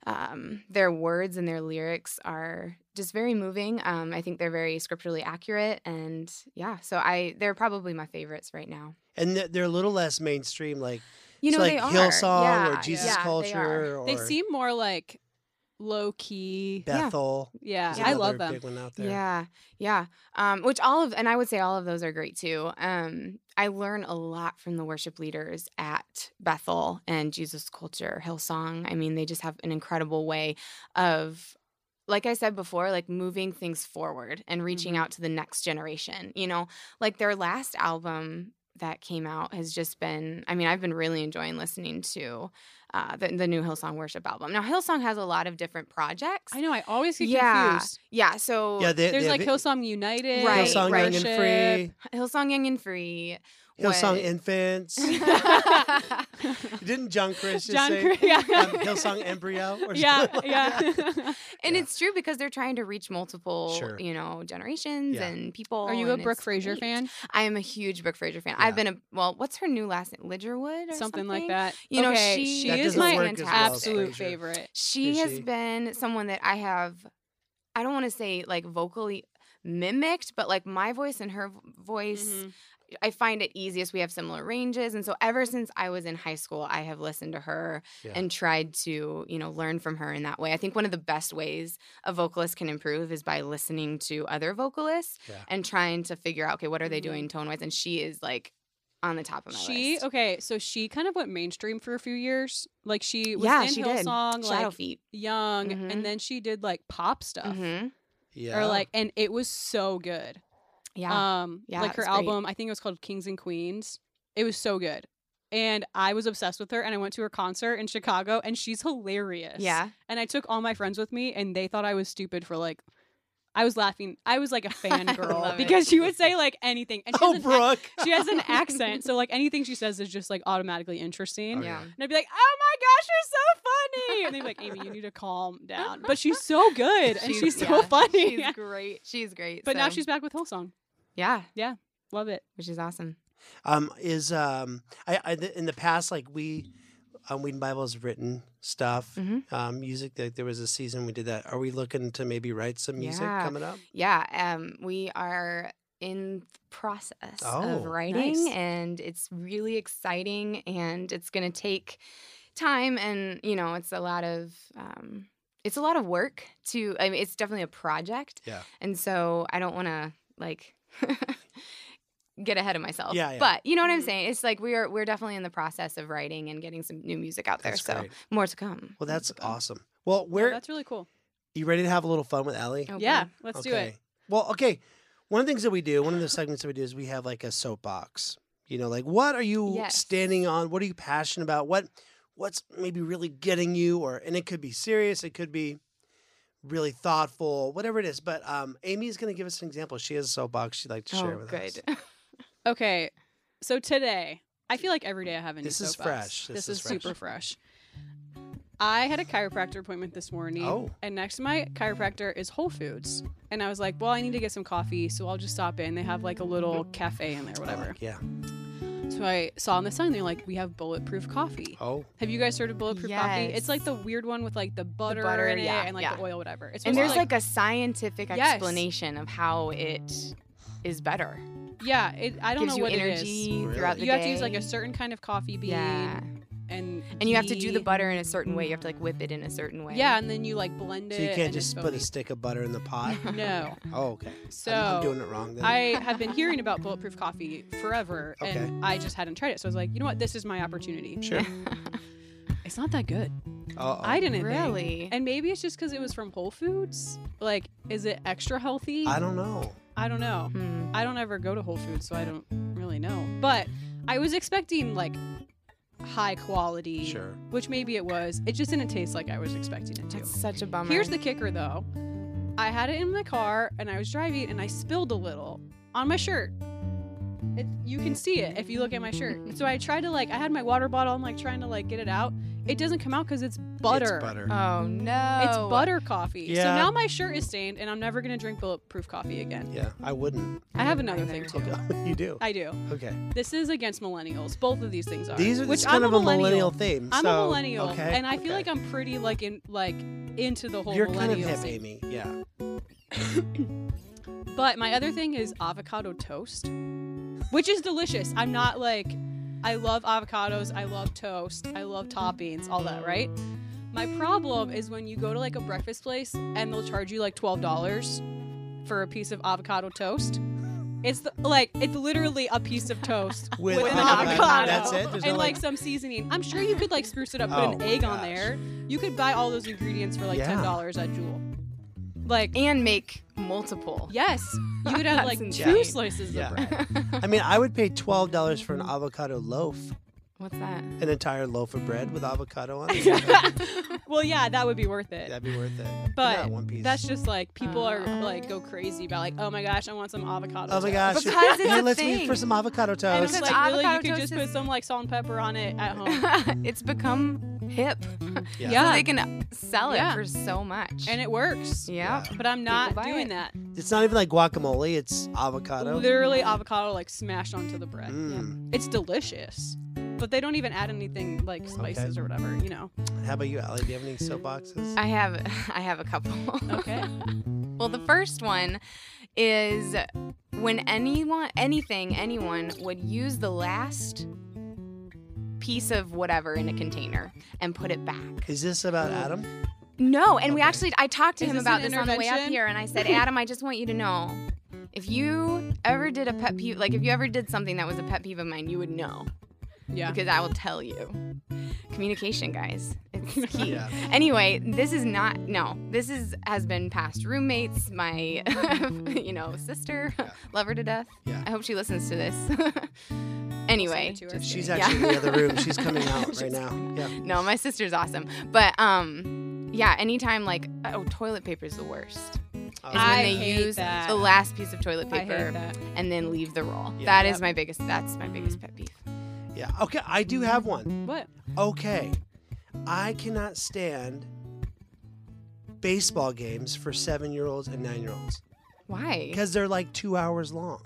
[SPEAKER 3] um, their words and their lyrics are just very moving. Um, I think they're very scripturally accurate, and yeah. So I they're probably my favorites right now.
[SPEAKER 2] and they're- they're a little less mainstream like
[SPEAKER 3] You
[SPEAKER 2] So,
[SPEAKER 3] know
[SPEAKER 2] like
[SPEAKER 3] they are
[SPEAKER 2] Hillsong
[SPEAKER 3] yeah,
[SPEAKER 2] or Jesus
[SPEAKER 3] yeah, they are.
[SPEAKER 2] Culture or
[SPEAKER 1] They seem more like low key.
[SPEAKER 3] yeah.
[SPEAKER 2] Bethel.
[SPEAKER 1] Yeah,
[SPEAKER 2] is
[SPEAKER 1] I
[SPEAKER 2] another
[SPEAKER 1] love them.
[SPEAKER 2] Big one out there.
[SPEAKER 3] Yeah, yeah. Um, which all of, and I would say all of those are great too. Um, I learn a lot from the worship leaders at Bethel and Jesus Culture, Hillsong. I mean, they just have an incredible way of, like I said before, like moving things forward and reaching
[SPEAKER 1] Mhm.
[SPEAKER 3] out to the next generation. You know, like their last album that came out has just been, I mean, I've been really enjoying listening to uh, the, the new Hillsong Worship album. Now, Hillsong has a lot of different projects.
[SPEAKER 1] I know. I always get
[SPEAKER 3] yeah,
[SPEAKER 1] confused.
[SPEAKER 3] yeah. So
[SPEAKER 2] Yeah, they,
[SPEAKER 1] There's
[SPEAKER 2] they
[SPEAKER 1] like
[SPEAKER 2] have,
[SPEAKER 1] Hillsong United,
[SPEAKER 3] Right,
[SPEAKER 2] Hillsong
[SPEAKER 3] right.
[SPEAKER 2] Young
[SPEAKER 1] Worship.
[SPEAKER 2] and
[SPEAKER 3] Hillsong Young and Free.
[SPEAKER 2] Free, Hillsong
[SPEAKER 3] was-
[SPEAKER 2] Infants. Didn't John Chris just
[SPEAKER 1] John,
[SPEAKER 2] say
[SPEAKER 1] Cre- yeah.
[SPEAKER 2] um, Hillsong Embryo? Or
[SPEAKER 1] yeah,
[SPEAKER 2] something like that?
[SPEAKER 1] yeah.
[SPEAKER 3] and
[SPEAKER 2] Yeah.
[SPEAKER 3] it's true because they're trying to reach multiple,
[SPEAKER 2] Sure.
[SPEAKER 3] you know, generations
[SPEAKER 2] Yeah.
[SPEAKER 3] and people.
[SPEAKER 1] Are you a
[SPEAKER 3] and
[SPEAKER 1] Brooke
[SPEAKER 3] it's
[SPEAKER 1] Fraser
[SPEAKER 3] great.
[SPEAKER 1] fan?
[SPEAKER 3] I am a huge Brooke Fraser fan. I've
[SPEAKER 2] Yeah.
[SPEAKER 3] been a well. What's her new last name? Lidgerwood or something,
[SPEAKER 1] Something like that.
[SPEAKER 3] You know,
[SPEAKER 1] okay,
[SPEAKER 3] she-
[SPEAKER 1] she
[SPEAKER 3] That
[SPEAKER 1] is
[SPEAKER 3] doesn't
[SPEAKER 1] my
[SPEAKER 3] work as well as
[SPEAKER 1] absolute
[SPEAKER 2] Frasier.
[SPEAKER 1] favorite.
[SPEAKER 3] She
[SPEAKER 2] Is
[SPEAKER 3] has
[SPEAKER 2] she?
[SPEAKER 3] been someone that I have. I don't want to say like vocally mimicked, but like my voice and her v- voice,
[SPEAKER 1] Mhm.
[SPEAKER 3] I find it easiest. We have similar ranges, and so ever since I was in high school, I have listened to her
[SPEAKER 2] Yeah.
[SPEAKER 3] and tried to you know learn from her in that way. I think one of the best ways a vocalist can improve is by listening to other vocalists
[SPEAKER 2] Yeah. Mm-hmm.
[SPEAKER 3] and trying to figure out okay, what are they
[SPEAKER 1] Mhm.
[SPEAKER 3] doing tone wise, and she is like on the top of my
[SPEAKER 1] She
[SPEAKER 3] list.
[SPEAKER 1] okay, so she kind of went mainstream for a few years. Like she was
[SPEAKER 3] yeah,
[SPEAKER 1] in
[SPEAKER 3] she did.
[SPEAKER 1] Hillsong,
[SPEAKER 3] Shadow
[SPEAKER 1] like
[SPEAKER 3] Feet.
[SPEAKER 1] young,
[SPEAKER 3] Mhm.
[SPEAKER 1] and then she did like pop stuff
[SPEAKER 3] hmm
[SPEAKER 2] Yeah.
[SPEAKER 1] or like, and it was so good.
[SPEAKER 3] Yeah.
[SPEAKER 1] Um,
[SPEAKER 3] Yeah,
[SPEAKER 1] like
[SPEAKER 3] it
[SPEAKER 1] her
[SPEAKER 3] was great.
[SPEAKER 1] album, I think it was called Kings and Queens. It was so good, and I was obsessed with her. And I went to her concert in Chicago, and she's hilarious.
[SPEAKER 3] yeah.
[SPEAKER 1] and I took all my friends with me, and they thought I was stupid for like. I was laughing. I was like a fangirl
[SPEAKER 3] love it.
[SPEAKER 1] because she would say like anything, and she,
[SPEAKER 2] oh,
[SPEAKER 1] has, an,
[SPEAKER 2] Brooke.
[SPEAKER 1] ac- she has an accent, so like anything she says is just like automatically interesting.
[SPEAKER 2] Oh,
[SPEAKER 3] Yeah.
[SPEAKER 2] yeah.
[SPEAKER 1] And I'd be like, "Oh my gosh, you're so funny!" And they'd be like, "Amy, you need to calm down." But she's so good, and she's, so
[SPEAKER 3] yeah,
[SPEAKER 1] funny.
[SPEAKER 3] She's great. She's great.
[SPEAKER 1] but now
[SPEAKER 3] so-
[SPEAKER 1] she's back with Hillsong.
[SPEAKER 3] yeah,
[SPEAKER 1] Love it.
[SPEAKER 3] which is awesome.
[SPEAKER 2] um, is um, I, I th- in the past like we um, Whedon Bible has written stuff,
[SPEAKER 3] Mhm.
[SPEAKER 2] um, music. Like there was a season we did that. Are we looking to maybe write some music
[SPEAKER 3] Yeah.
[SPEAKER 2] coming up?
[SPEAKER 3] Yeah, um, we are in the process
[SPEAKER 2] Oh,
[SPEAKER 3] of writing,
[SPEAKER 1] nice.
[SPEAKER 3] and it's really exciting, and it's going to take time, and you know, it's a lot of. Um, it's a lot of work to I mean it's definitely a project.
[SPEAKER 2] Yeah.
[SPEAKER 3] And so I don't want to like get ahead of myself.
[SPEAKER 2] Yeah, yeah.
[SPEAKER 3] But you know what I'm
[SPEAKER 1] Mhm.
[SPEAKER 3] saying? It's like we are we're definitely in the process of writing and getting some new music out there.
[SPEAKER 2] That's
[SPEAKER 3] so
[SPEAKER 2] great.
[SPEAKER 3] more to come.
[SPEAKER 2] Well,
[SPEAKER 3] More
[SPEAKER 2] that's
[SPEAKER 3] to come.
[SPEAKER 2] awesome. Well,
[SPEAKER 1] Oh,
[SPEAKER 2] where
[SPEAKER 1] that's really cool.
[SPEAKER 2] you ready to have a little fun with Ellie?
[SPEAKER 3] Oh,
[SPEAKER 1] Yeah,
[SPEAKER 3] good.
[SPEAKER 1] let's do it.
[SPEAKER 2] Well, okay. One of the things that we do, one of the segments that we do is we have like a soapbox. You know, like what are you
[SPEAKER 3] Yes.
[SPEAKER 2] standing on? What are you passionate about? What what's maybe really getting you or and it could be serious, it could be really thoughtful, whatever it is. But um Amy's gonna give us an example. She has a soapbox she'd like to share
[SPEAKER 3] oh,
[SPEAKER 2] with us.
[SPEAKER 3] good.
[SPEAKER 1] Okay, so today I feel like every day I have a new
[SPEAKER 2] This is
[SPEAKER 1] soapbox.
[SPEAKER 2] fresh. This is fresh.
[SPEAKER 1] super fresh. I had a chiropractor appointment this morning,
[SPEAKER 2] Oh.
[SPEAKER 1] and next to my chiropractor is Whole Foods, and I was like, "Well, I need to get some coffee, so I'll just stop in." They have like a little cafe in there,
[SPEAKER 2] I
[SPEAKER 1] whatever.
[SPEAKER 2] like- yeah.
[SPEAKER 1] So I saw on the sign they're like, "We have bulletproof coffee."
[SPEAKER 2] Oh.
[SPEAKER 1] Have you guys heard of bulletproof coffee?
[SPEAKER 3] Yes.
[SPEAKER 1] It's like the weird one with like the butter,
[SPEAKER 3] butter,
[SPEAKER 1] in it
[SPEAKER 3] yeah,
[SPEAKER 1] and like
[SPEAKER 3] yeah.
[SPEAKER 1] the oil, whatever. It's
[SPEAKER 3] and
[SPEAKER 1] supposed
[SPEAKER 3] there's
[SPEAKER 1] to,
[SPEAKER 3] like, a scientific
[SPEAKER 1] Yes.
[SPEAKER 3] explanation of how it is better.
[SPEAKER 1] yeah. It, I don't
[SPEAKER 3] Gives
[SPEAKER 1] know
[SPEAKER 3] you
[SPEAKER 1] what it is.
[SPEAKER 3] energy
[SPEAKER 2] Really?
[SPEAKER 3] throughout the
[SPEAKER 1] You
[SPEAKER 3] day.
[SPEAKER 1] have to use like a certain kind of coffee bean,
[SPEAKER 3] yeah,
[SPEAKER 1] and
[SPEAKER 3] and you have to do the
[SPEAKER 1] ghee.
[SPEAKER 3] butter in a certain way. You have to like whip it in a certain way.
[SPEAKER 1] Yeah, and then you like blend it.
[SPEAKER 2] So you can't
[SPEAKER 1] and it's
[SPEAKER 2] just put a
[SPEAKER 1] foamy.
[SPEAKER 2] stick of butter in the pot.
[SPEAKER 1] No.
[SPEAKER 2] oh, okay.
[SPEAKER 1] So
[SPEAKER 2] I'm, I'm doing it wrong then.
[SPEAKER 1] I have been hearing about bulletproof coffee forever,
[SPEAKER 2] Okay.
[SPEAKER 1] and I just hadn't tried it. So I was like, you know what? This is my opportunity.
[SPEAKER 2] sure.
[SPEAKER 1] It's not that good.
[SPEAKER 2] Oh,
[SPEAKER 1] I didn't think.
[SPEAKER 3] really.
[SPEAKER 1] And maybe it's just because it was from Whole Foods. Like, is it extra healthy?
[SPEAKER 2] I don't know.
[SPEAKER 1] I don't know.
[SPEAKER 3] Hmm.
[SPEAKER 1] I don't ever go to Whole Foods, so I don't really know. But I was expecting like high quality,
[SPEAKER 2] Sure.
[SPEAKER 1] which maybe it was. It just didn't taste like I was expecting it to.
[SPEAKER 3] That's such a bummer.
[SPEAKER 1] Here's the kicker though. I had it in my car and I was driving and I spilled a little on my shirt. It, you can see it if you look at my shirt. So I tried to like I had my water bottle. I'm like trying to like get it out. It doesn't come out because it's butter.
[SPEAKER 2] It's butter.
[SPEAKER 3] oh no,
[SPEAKER 1] It's butter coffee.
[SPEAKER 2] Yeah.
[SPEAKER 1] So now my shirt is stained and I'm never gonna drink bulletproof coffee again.
[SPEAKER 2] yeah, I wouldn't.
[SPEAKER 1] I have another thing too.
[SPEAKER 2] Okay. you do.
[SPEAKER 1] I do.
[SPEAKER 2] okay.
[SPEAKER 1] This is against millennials. Both of these things are.
[SPEAKER 2] These are
[SPEAKER 1] which
[SPEAKER 2] this kind
[SPEAKER 1] I'm
[SPEAKER 2] of a millennial, theme.
[SPEAKER 1] I'm
[SPEAKER 2] so-
[SPEAKER 1] a millennial,
[SPEAKER 2] okay,
[SPEAKER 1] and I feel
[SPEAKER 2] okay.
[SPEAKER 1] like I'm pretty like in like into the whole
[SPEAKER 2] You're kind of
[SPEAKER 1] millennial
[SPEAKER 2] hip,
[SPEAKER 1] thing.
[SPEAKER 2] Amy. Yeah.
[SPEAKER 1] But my other thing is avocado toast, which is delicious. I'm not like, I love avocados, I love toast, I love toppings, all that, right? My problem is when you go to like a breakfast place and they'll charge you like $12 for a piece of avocado toast. It's the, like, it's literally a piece of toast
[SPEAKER 2] With
[SPEAKER 1] with an
[SPEAKER 2] avocado.
[SPEAKER 1] avocado.
[SPEAKER 2] That's it? There's
[SPEAKER 1] and
[SPEAKER 2] no,
[SPEAKER 1] like
[SPEAKER 2] like-
[SPEAKER 1] some seasoning. I'm sure you could like spruce it up, put
[SPEAKER 2] Oh
[SPEAKER 1] an
[SPEAKER 2] my
[SPEAKER 1] egg on
[SPEAKER 2] gosh.
[SPEAKER 1] there. You could buy all those ingredients for like
[SPEAKER 2] Yeah.
[SPEAKER 1] $10 at Jewel. Like,
[SPEAKER 3] and make multiple.
[SPEAKER 1] Yes, you could have
[SPEAKER 3] That's
[SPEAKER 1] like
[SPEAKER 3] insane.
[SPEAKER 1] two slices
[SPEAKER 2] Yeah.
[SPEAKER 1] of bread.
[SPEAKER 2] I mean, I would pay twelve dollars for an avocado loaf.
[SPEAKER 3] What's that?
[SPEAKER 2] An entire loaf of bread with avocado on it.
[SPEAKER 1] well, yeah, that would be worth it.
[SPEAKER 2] That'd be worth it.
[SPEAKER 1] But
[SPEAKER 2] Not one piece.
[SPEAKER 1] That's just like people are like go
[SPEAKER 3] Ah.
[SPEAKER 1] crazy about like, oh my gosh, I want some avocado.
[SPEAKER 2] oh my
[SPEAKER 1] toast."
[SPEAKER 2] gosh!
[SPEAKER 3] Because it's
[SPEAKER 2] hey,
[SPEAKER 3] a
[SPEAKER 2] let's meet
[SPEAKER 3] thing.
[SPEAKER 2] for some avocado
[SPEAKER 1] And
[SPEAKER 2] toast.
[SPEAKER 1] it's
[SPEAKER 3] Because
[SPEAKER 1] like really, you
[SPEAKER 3] avocado
[SPEAKER 1] could
[SPEAKER 3] toast
[SPEAKER 1] just
[SPEAKER 3] is-
[SPEAKER 1] put some like salt and pepper on it at home.
[SPEAKER 3] it's become hip.
[SPEAKER 2] Yeah.
[SPEAKER 1] Yeah.
[SPEAKER 3] So they can sell it
[SPEAKER 1] Yeah.
[SPEAKER 3] for so much.
[SPEAKER 1] and it works.
[SPEAKER 3] yeah.
[SPEAKER 1] But I'm not
[SPEAKER 3] People buy
[SPEAKER 1] doing
[SPEAKER 3] it.
[SPEAKER 1] that.
[SPEAKER 2] It's not even like guacamole. It's avocado.
[SPEAKER 1] Literally avocado like smashed onto the bread.
[SPEAKER 2] Mm.
[SPEAKER 1] It's delicious. But they don't even add anything like spices or whatever, you know.
[SPEAKER 2] How about you, Allie? Do you have any soapboxes?
[SPEAKER 3] I have I have a couple.
[SPEAKER 1] Okay.
[SPEAKER 3] Well, the first one is when anyone, anything, anyone would use the last piece of whatever in a container and put it back.
[SPEAKER 2] Is this about Adam?
[SPEAKER 3] No, and we
[SPEAKER 2] Okay.
[SPEAKER 3] actually, I talked to
[SPEAKER 1] Is
[SPEAKER 3] him
[SPEAKER 1] this
[SPEAKER 3] about
[SPEAKER 1] an
[SPEAKER 3] this on the way up
[SPEAKER 1] intervention?
[SPEAKER 3] here, and I said, Adam, I just want you to know. If you ever did a pet peeve, like if you ever did something that was a pet peeve of mine, you would know
[SPEAKER 1] yeah.
[SPEAKER 3] because I will tell you. Communication, guys, it's key.
[SPEAKER 2] Yeah.
[SPEAKER 3] Anyway, this is not no. This is has been past roommates, my you know sister,
[SPEAKER 2] Yeah.
[SPEAKER 3] lover to death.
[SPEAKER 2] Yeah.
[SPEAKER 3] I hope she listens to this. anyway,
[SPEAKER 1] to her.
[SPEAKER 3] just
[SPEAKER 2] She's
[SPEAKER 3] kidding.
[SPEAKER 2] actually in the
[SPEAKER 3] Yeah.
[SPEAKER 2] other room. She's coming out right
[SPEAKER 3] She's-
[SPEAKER 2] now. Yeah.
[SPEAKER 3] No, my sister's awesome, but um, yeah. Anytime like oh, toilet paper is the worst. Is
[SPEAKER 2] Uh,
[SPEAKER 3] when
[SPEAKER 1] I
[SPEAKER 3] they
[SPEAKER 1] hate
[SPEAKER 3] use
[SPEAKER 1] that.
[SPEAKER 3] the last piece of toilet
[SPEAKER 1] I hate
[SPEAKER 3] paper
[SPEAKER 1] that.
[SPEAKER 3] and then leave the roll.
[SPEAKER 2] Yeah. Mm-hmm.
[SPEAKER 3] That is
[SPEAKER 1] Yep.
[SPEAKER 3] my biggest. That's my biggest pet peeve.
[SPEAKER 2] yeah. Okay. I do have one.
[SPEAKER 1] What?
[SPEAKER 2] Okay. I cannot stand baseball games for seven-year-olds and nine-year-olds
[SPEAKER 3] Why?
[SPEAKER 2] because they're like two hours long.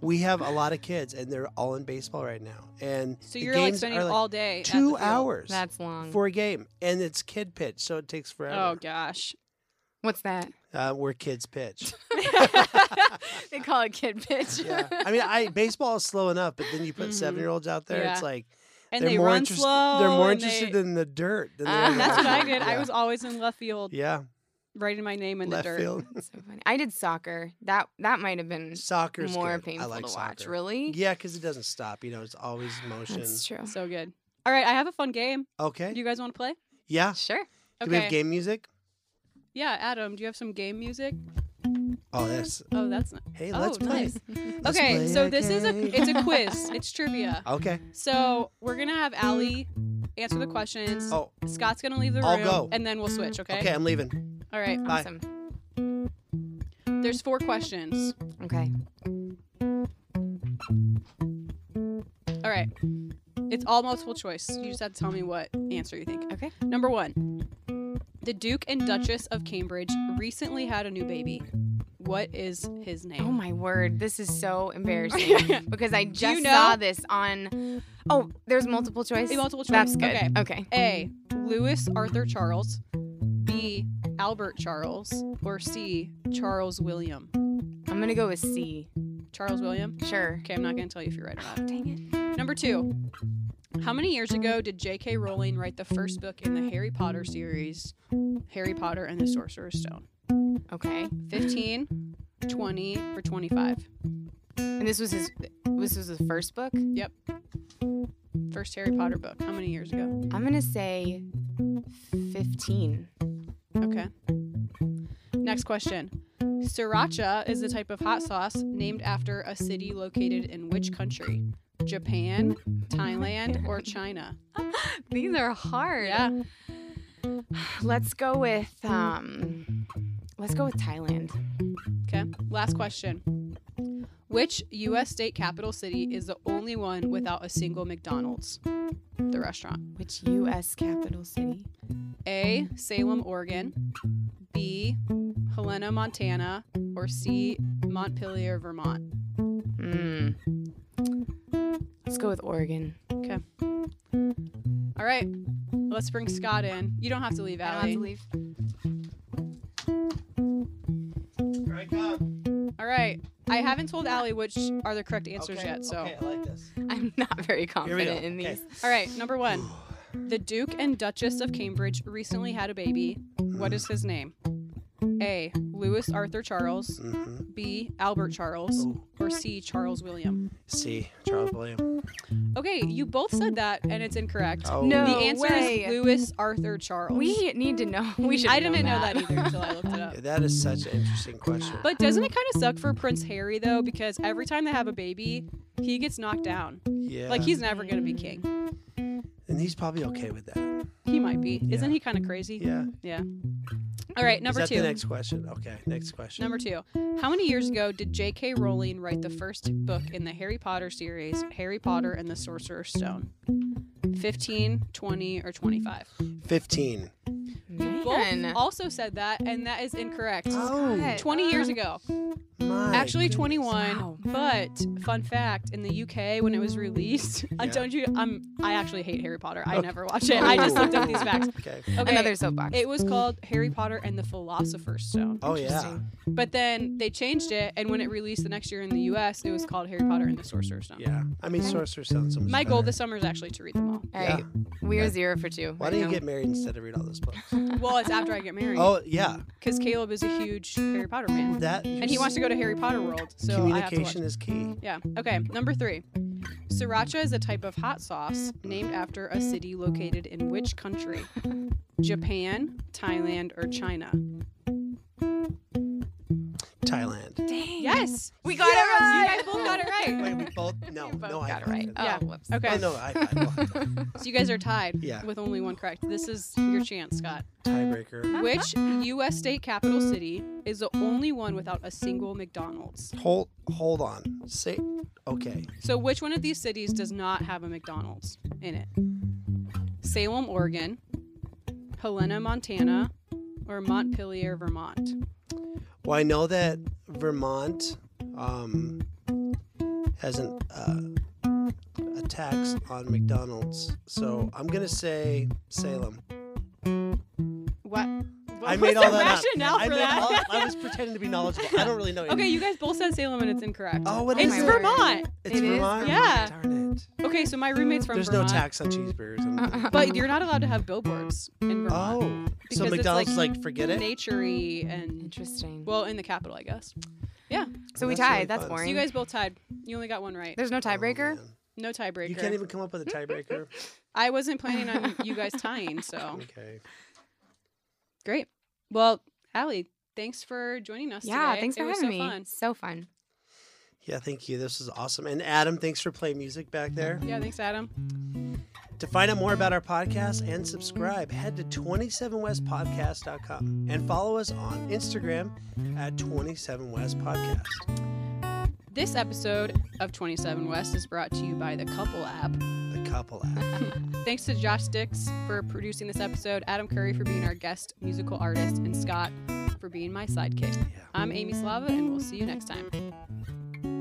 [SPEAKER 2] we have a lot of kids, and they're all in baseball right now. And
[SPEAKER 1] So
[SPEAKER 2] the
[SPEAKER 1] you're like
[SPEAKER 2] games
[SPEAKER 1] spending
[SPEAKER 2] are,
[SPEAKER 1] all day. at the
[SPEAKER 2] two
[SPEAKER 1] field.
[SPEAKER 2] hours
[SPEAKER 3] That's long.
[SPEAKER 2] for a game, and it's kid pitch, so it takes
[SPEAKER 1] Oh
[SPEAKER 2] forever.
[SPEAKER 1] gosh.
[SPEAKER 3] What's that?
[SPEAKER 2] Uh, we're kids pitch.
[SPEAKER 3] they call it kid pitch.
[SPEAKER 2] Yeah. I mean, I baseball is slow enough, but then you put
[SPEAKER 1] Mhm.
[SPEAKER 2] seven-year-olds out there,
[SPEAKER 1] Yeah.
[SPEAKER 2] it's like
[SPEAKER 1] And
[SPEAKER 2] they're
[SPEAKER 1] they
[SPEAKER 2] more
[SPEAKER 1] run
[SPEAKER 2] interest-
[SPEAKER 1] slow.
[SPEAKER 2] They're more
[SPEAKER 1] and they-
[SPEAKER 2] interested in the dirt than they
[SPEAKER 3] Ah.
[SPEAKER 2] are the
[SPEAKER 1] That's what I
[SPEAKER 2] baseball.
[SPEAKER 1] did. I
[SPEAKER 2] Yeah.
[SPEAKER 1] was always in left field,
[SPEAKER 2] yeah
[SPEAKER 1] writing my name in
[SPEAKER 2] left
[SPEAKER 1] the dirt.
[SPEAKER 2] field.
[SPEAKER 3] That's so funny. I did soccer. That that might have been
[SPEAKER 2] Soccer's
[SPEAKER 3] more
[SPEAKER 2] good.
[SPEAKER 3] painful
[SPEAKER 2] I like
[SPEAKER 3] to
[SPEAKER 2] soccer.
[SPEAKER 3] watch. Really?
[SPEAKER 2] Yeah, because it doesn't stop. You know, it's always motion.
[SPEAKER 3] That's true.
[SPEAKER 1] So good. All right, I have a fun game.
[SPEAKER 2] Okay.
[SPEAKER 1] Do you guys want to play?
[SPEAKER 2] yeah.
[SPEAKER 3] Sure.
[SPEAKER 1] Okay.
[SPEAKER 2] Do we have game music?
[SPEAKER 1] Yeah, Adam, do you have some game music?
[SPEAKER 2] Oh, that's
[SPEAKER 1] Oh, that's not.
[SPEAKER 2] hey.
[SPEAKER 1] Oh,
[SPEAKER 2] Let's play.
[SPEAKER 1] nice.
[SPEAKER 2] Let's
[SPEAKER 1] okay,
[SPEAKER 2] play
[SPEAKER 1] so
[SPEAKER 2] a
[SPEAKER 1] this is
[SPEAKER 2] game.
[SPEAKER 1] a it's a quiz. It's trivia.
[SPEAKER 2] Okay.
[SPEAKER 1] So we're gonna have Allie answer the questions.
[SPEAKER 2] Oh,
[SPEAKER 1] Scott's gonna leave the room,
[SPEAKER 2] I'll go.
[SPEAKER 1] and then we'll switch. Okay.
[SPEAKER 2] okay. I'm leaving.
[SPEAKER 1] All right.
[SPEAKER 2] Bye.
[SPEAKER 3] Awesome.
[SPEAKER 1] There's four questions.
[SPEAKER 3] Okay.
[SPEAKER 1] All right. It's all multiple choice. You just have to tell me what answer you think.
[SPEAKER 3] Okay. Oh
[SPEAKER 1] Number one, the Duke and Duchess of Cambridge recently had a new baby. What is his name?
[SPEAKER 3] Oh my word, this is so embarrassing because I just
[SPEAKER 1] know?
[SPEAKER 3] saw this on. Oh, there's multiple choice.
[SPEAKER 1] A multiple choice.
[SPEAKER 3] That's good.
[SPEAKER 1] Okay.
[SPEAKER 3] Okay.
[SPEAKER 1] A. Louis Arthur Charles. B. Albert Charles. Or C. Charles William.
[SPEAKER 3] I'm gonna go with C.
[SPEAKER 1] Charles William.
[SPEAKER 3] Sure.
[SPEAKER 1] Okay, I'm not gonna tell you if you're right or not.
[SPEAKER 3] Dang it.
[SPEAKER 1] Number two. How many years ago did J.K. Rowling write the first book in the Harry Potter series, Harry Potter and the Sorcerer's Stone?
[SPEAKER 3] Okay.
[SPEAKER 1] 15, 20, or 25?
[SPEAKER 3] And this was his. This was his first book.
[SPEAKER 1] First Harry Potter book. How many years ago?
[SPEAKER 3] I'm gonna say fifteen.
[SPEAKER 1] Okay. Next question. Sriracha is the type of hot sauce named after a city located in which country? Japan, Thailand, or China?
[SPEAKER 3] These are hard.
[SPEAKER 1] Yeah.
[SPEAKER 3] Let's go with um. Let's go with Thailand.
[SPEAKER 1] Okay. Last question. Which U.S. state capital city is the only one without a single McDonald's? The restaurant.
[SPEAKER 3] Which U.S. capital city?
[SPEAKER 1] A. Salem, Oregon. B. Helena, Montana. Or C. Montpelier, Vermont.
[SPEAKER 3] Hmm. Let's go with Oregon.
[SPEAKER 1] All right. Let's bring Scott in. You don't have to leave, Allie.
[SPEAKER 3] leave.
[SPEAKER 1] All right. I haven't told Allie which are the correct answers yet. So,
[SPEAKER 2] I like this.
[SPEAKER 3] I'm not
[SPEAKER 2] Here
[SPEAKER 3] very
[SPEAKER 2] we go.
[SPEAKER 3] confident in
[SPEAKER 2] Okay.
[SPEAKER 3] these.
[SPEAKER 1] all right. Number one, the Duke and Duchess of Cambridge recently had a baby. What is his name? A. Louis Arthur Charles.
[SPEAKER 2] hmm
[SPEAKER 1] B. Albert Charles.
[SPEAKER 2] Oh.
[SPEAKER 1] Or C. Charles William.
[SPEAKER 2] C. Charles William.
[SPEAKER 1] Okay, you both said that, and it's incorrect.
[SPEAKER 2] Oh.
[SPEAKER 1] The
[SPEAKER 3] No
[SPEAKER 1] answer
[SPEAKER 3] way.
[SPEAKER 1] is Louis Arthur Charles.
[SPEAKER 3] We need to know. We should.
[SPEAKER 1] I didn't know that either until I looked it up.
[SPEAKER 2] Yeah, that is such an interesting question.
[SPEAKER 1] But doesn't
[SPEAKER 2] Mm.
[SPEAKER 1] it kind of suck for Prince Harry though? Because every time they have a baby, he gets knocked down.
[SPEAKER 2] yeah,
[SPEAKER 1] Like he's never gonna be king.
[SPEAKER 2] and he's probably okay with that.
[SPEAKER 1] He might be. Isn't
[SPEAKER 2] Yeah.
[SPEAKER 1] he kind of crazy?
[SPEAKER 2] Yeah.
[SPEAKER 1] Yeah. All right, number
[SPEAKER 2] is that
[SPEAKER 1] two.
[SPEAKER 2] the next question? Okay, next question.
[SPEAKER 1] Number two. How many years ago did J.K. Rowling write the first book in the Harry Potter series, Harry Potter and the Sorcerer's Stone? 15, 20, or 25?
[SPEAKER 2] Fifteen.
[SPEAKER 1] Both also said that, and that is incorrect.
[SPEAKER 2] Oh,
[SPEAKER 1] 20 years ago.
[SPEAKER 2] my
[SPEAKER 1] actually
[SPEAKER 2] goodness.
[SPEAKER 1] 21
[SPEAKER 3] Wow.
[SPEAKER 1] but fun fact in the uk when it was released i
[SPEAKER 2] Yeah.
[SPEAKER 1] don't you i'm i actually hate harry potter i
[SPEAKER 2] Okay.
[SPEAKER 1] never watch it i just looked up these facts
[SPEAKER 2] Okay.
[SPEAKER 1] okay
[SPEAKER 3] Another soapbox.
[SPEAKER 1] it was called harry potter and the philosopher's stone
[SPEAKER 2] Oh yeah.
[SPEAKER 3] Interesting.
[SPEAKER 1] but then they changed it and when it released the next year in the us it was called harry potter and the sorcerer's stone
[SPEAKER 2] Yeah. I mean, sorcerer sounds so much
[SPEAKER 1] my goal
[SPEAKER 2] better.
[SPEAKER 1] this summer is actually to read them all
[SPEAKER 3] All right, we're zero for two.
[SPEAKER 2] Why
[SPEAKER 3] right
[SPEAKER 2] don't you
[SPEAKER 3] now.
[SPEAKER 2] get married instead of read all those books?
[SPEAKER 1] well it's after i get married
[SPEAKER 2] oh yeah,
[SPEAKER 1] because caleb is a huge harry potter fan
[SPEAKER 2] that.
[SPEAKER 1] and he wants to go to harry potter world so i have to watch
[SPEAKER 2] Communication is key.
[SPEAKER 1] Yeah. Okay. Number three. Sriracha is a type of hot sauce named after a city located in which country? Japan, Thailand, or China?
[SPEAKER 2] Thailand.
[SPEAKER 3] Dang.
[SPEAKER 1] Yes.
[SPEAKER 3] We got it right.
[SPEAKER 1] You guys both got it right.
[SPEAKER 2] Wait, we both no,
[SPEAKER 3] Both
[SPEAKER 2] no, I
[SPEAKER 3] got it right.
[SPEAKER 1] Yeah.
[SPEAKER 3] Oh, whoops.
[SPEAKER 1] Okay.
[SPEAKER 2] Oh, no, I, I
[SPEAKER 1] So you guys are tied
[SPEAKER 2] Yeah.
[SPEAKER 1] with only one correct. This is your chance, Scott.
[SPEAKER 2] tiebreaker.
[SPEAKER 1] Which U.S. state capital city is the only one without a single McDonald's?
[SPEAKER 2] Hold, hold on. Say, okay.
[SPEAKER 1] So which one of these cities does not have a McDonald's in it? Salem, Oregon, Helena, Montana, or Montpelier, Vermont?
[SPEAKER 2] Well, I know that Vermont um, has an uh, a tax on McDonald's, so I'm gonna say Salem.
[SPEAKER 1] What?
[SPEAKER 2] I made all that up.
[SPEAKER 1] rationale
[SPEAKER 2] I,
[SPEAKER 1] for
[SPEAKER 2] made
[SPEAKER 1] that?
[SPEAKER 2] all- I was pretending to be knowledgeable. I don't really know.
[SPEAKER 1] okay, you guys both said Salem and it's incorrect.
[SPEAKER 2] Oh, what
[SPEAKER 1] it's
[SPEAKER 2] is it?
[SPEAKER 1] Vermont.
[SPEAKER 2] It's
[SPEAKER 3] It is?
[SPEAKER 2] Vermont.
[SPEAKER 1] Yeah.
[SPEAKER 2] Darn it.
[SPEAKER 1] Okay, so my roommate's from
[SPEAKER 2] There's
[SPEAKER 1] Vermont. Uh-uh.
[SPEAKER 2] no tax on cheeseburgers. I'm thinking.
[SPEAKER 1] But you're not allowed to have billboards in Vermont.
[SPEAKER 2] oh, so
[SPEAKER 1] it's
[SPEAKER 2] McDonald's like, forget it.
[SPEAKER 1] Naturey and
[SPEAKER 3] Interesting.
[SPEAKER 1] well, in the capital, I guess. Yeah.
[SPEAKER 3] so
[SPEAKER 2] That's
[SPEAKER 3] we
[SPEAKER 2] really
[SPEAKER 3] tied. That's
[SPEAKER 2] fun.
[SPEAKER 1] So
[SPEAKER 3] boring.
[SPEAKER 1] you guys both tied. You only got one right.
[SPEAKER 3] There's no
[SPEAKER 2] Oh,
[SPEAKER 3] tiebreaker.
[SPEAKER 2] man.
[SPEAKER 1] No tiebreaker.
[SPEAKER 2] You can't even come up with a tiebreaker.
[SPEAKER 1] I wasn't planning on you guys tying, so
[SPEAKER 2] okay.
[SPEAKER 1] great. Well, Allie, thanks for joining us.
[SPEAKER 3] yeah.
[SPEAKER 1] today.
[SPEAKER 3] Thanks
[SPEAKER 1] It
[SPEAKER 3] for
[SPEAKER 1] was
[SPEAKER 3] having
[SPEAKER 1] so
[SPEAKER 3] me.
[SPEAKER 1] Fun.
[SPEAKER 3] So fun.
[SPEAKER 2] Yeah, thank you. This is awesome. And Adam, thanks for playing music back there.
[SPEAKER 1] Yeah, thanks, Adam.
[SPEAKER 2] To find out more about our podcast and subscribe, head to 27westpodcast.com and follow us on Instagram at 27westpodcast.
[SPEAKER 1] This episode of 27 West is brought to you by the Couple app.
[SPEAKER 2] The couple app.
[SPEAKER 1] Thanks to Josh Dix for producing this episode, Adam Curry for being our guest musical artist, and Scott for being my sidekick.
[SPEAKER 2] Yeah.
[SPEAKER 1] I'm Amy Slava, and we'll see you next time.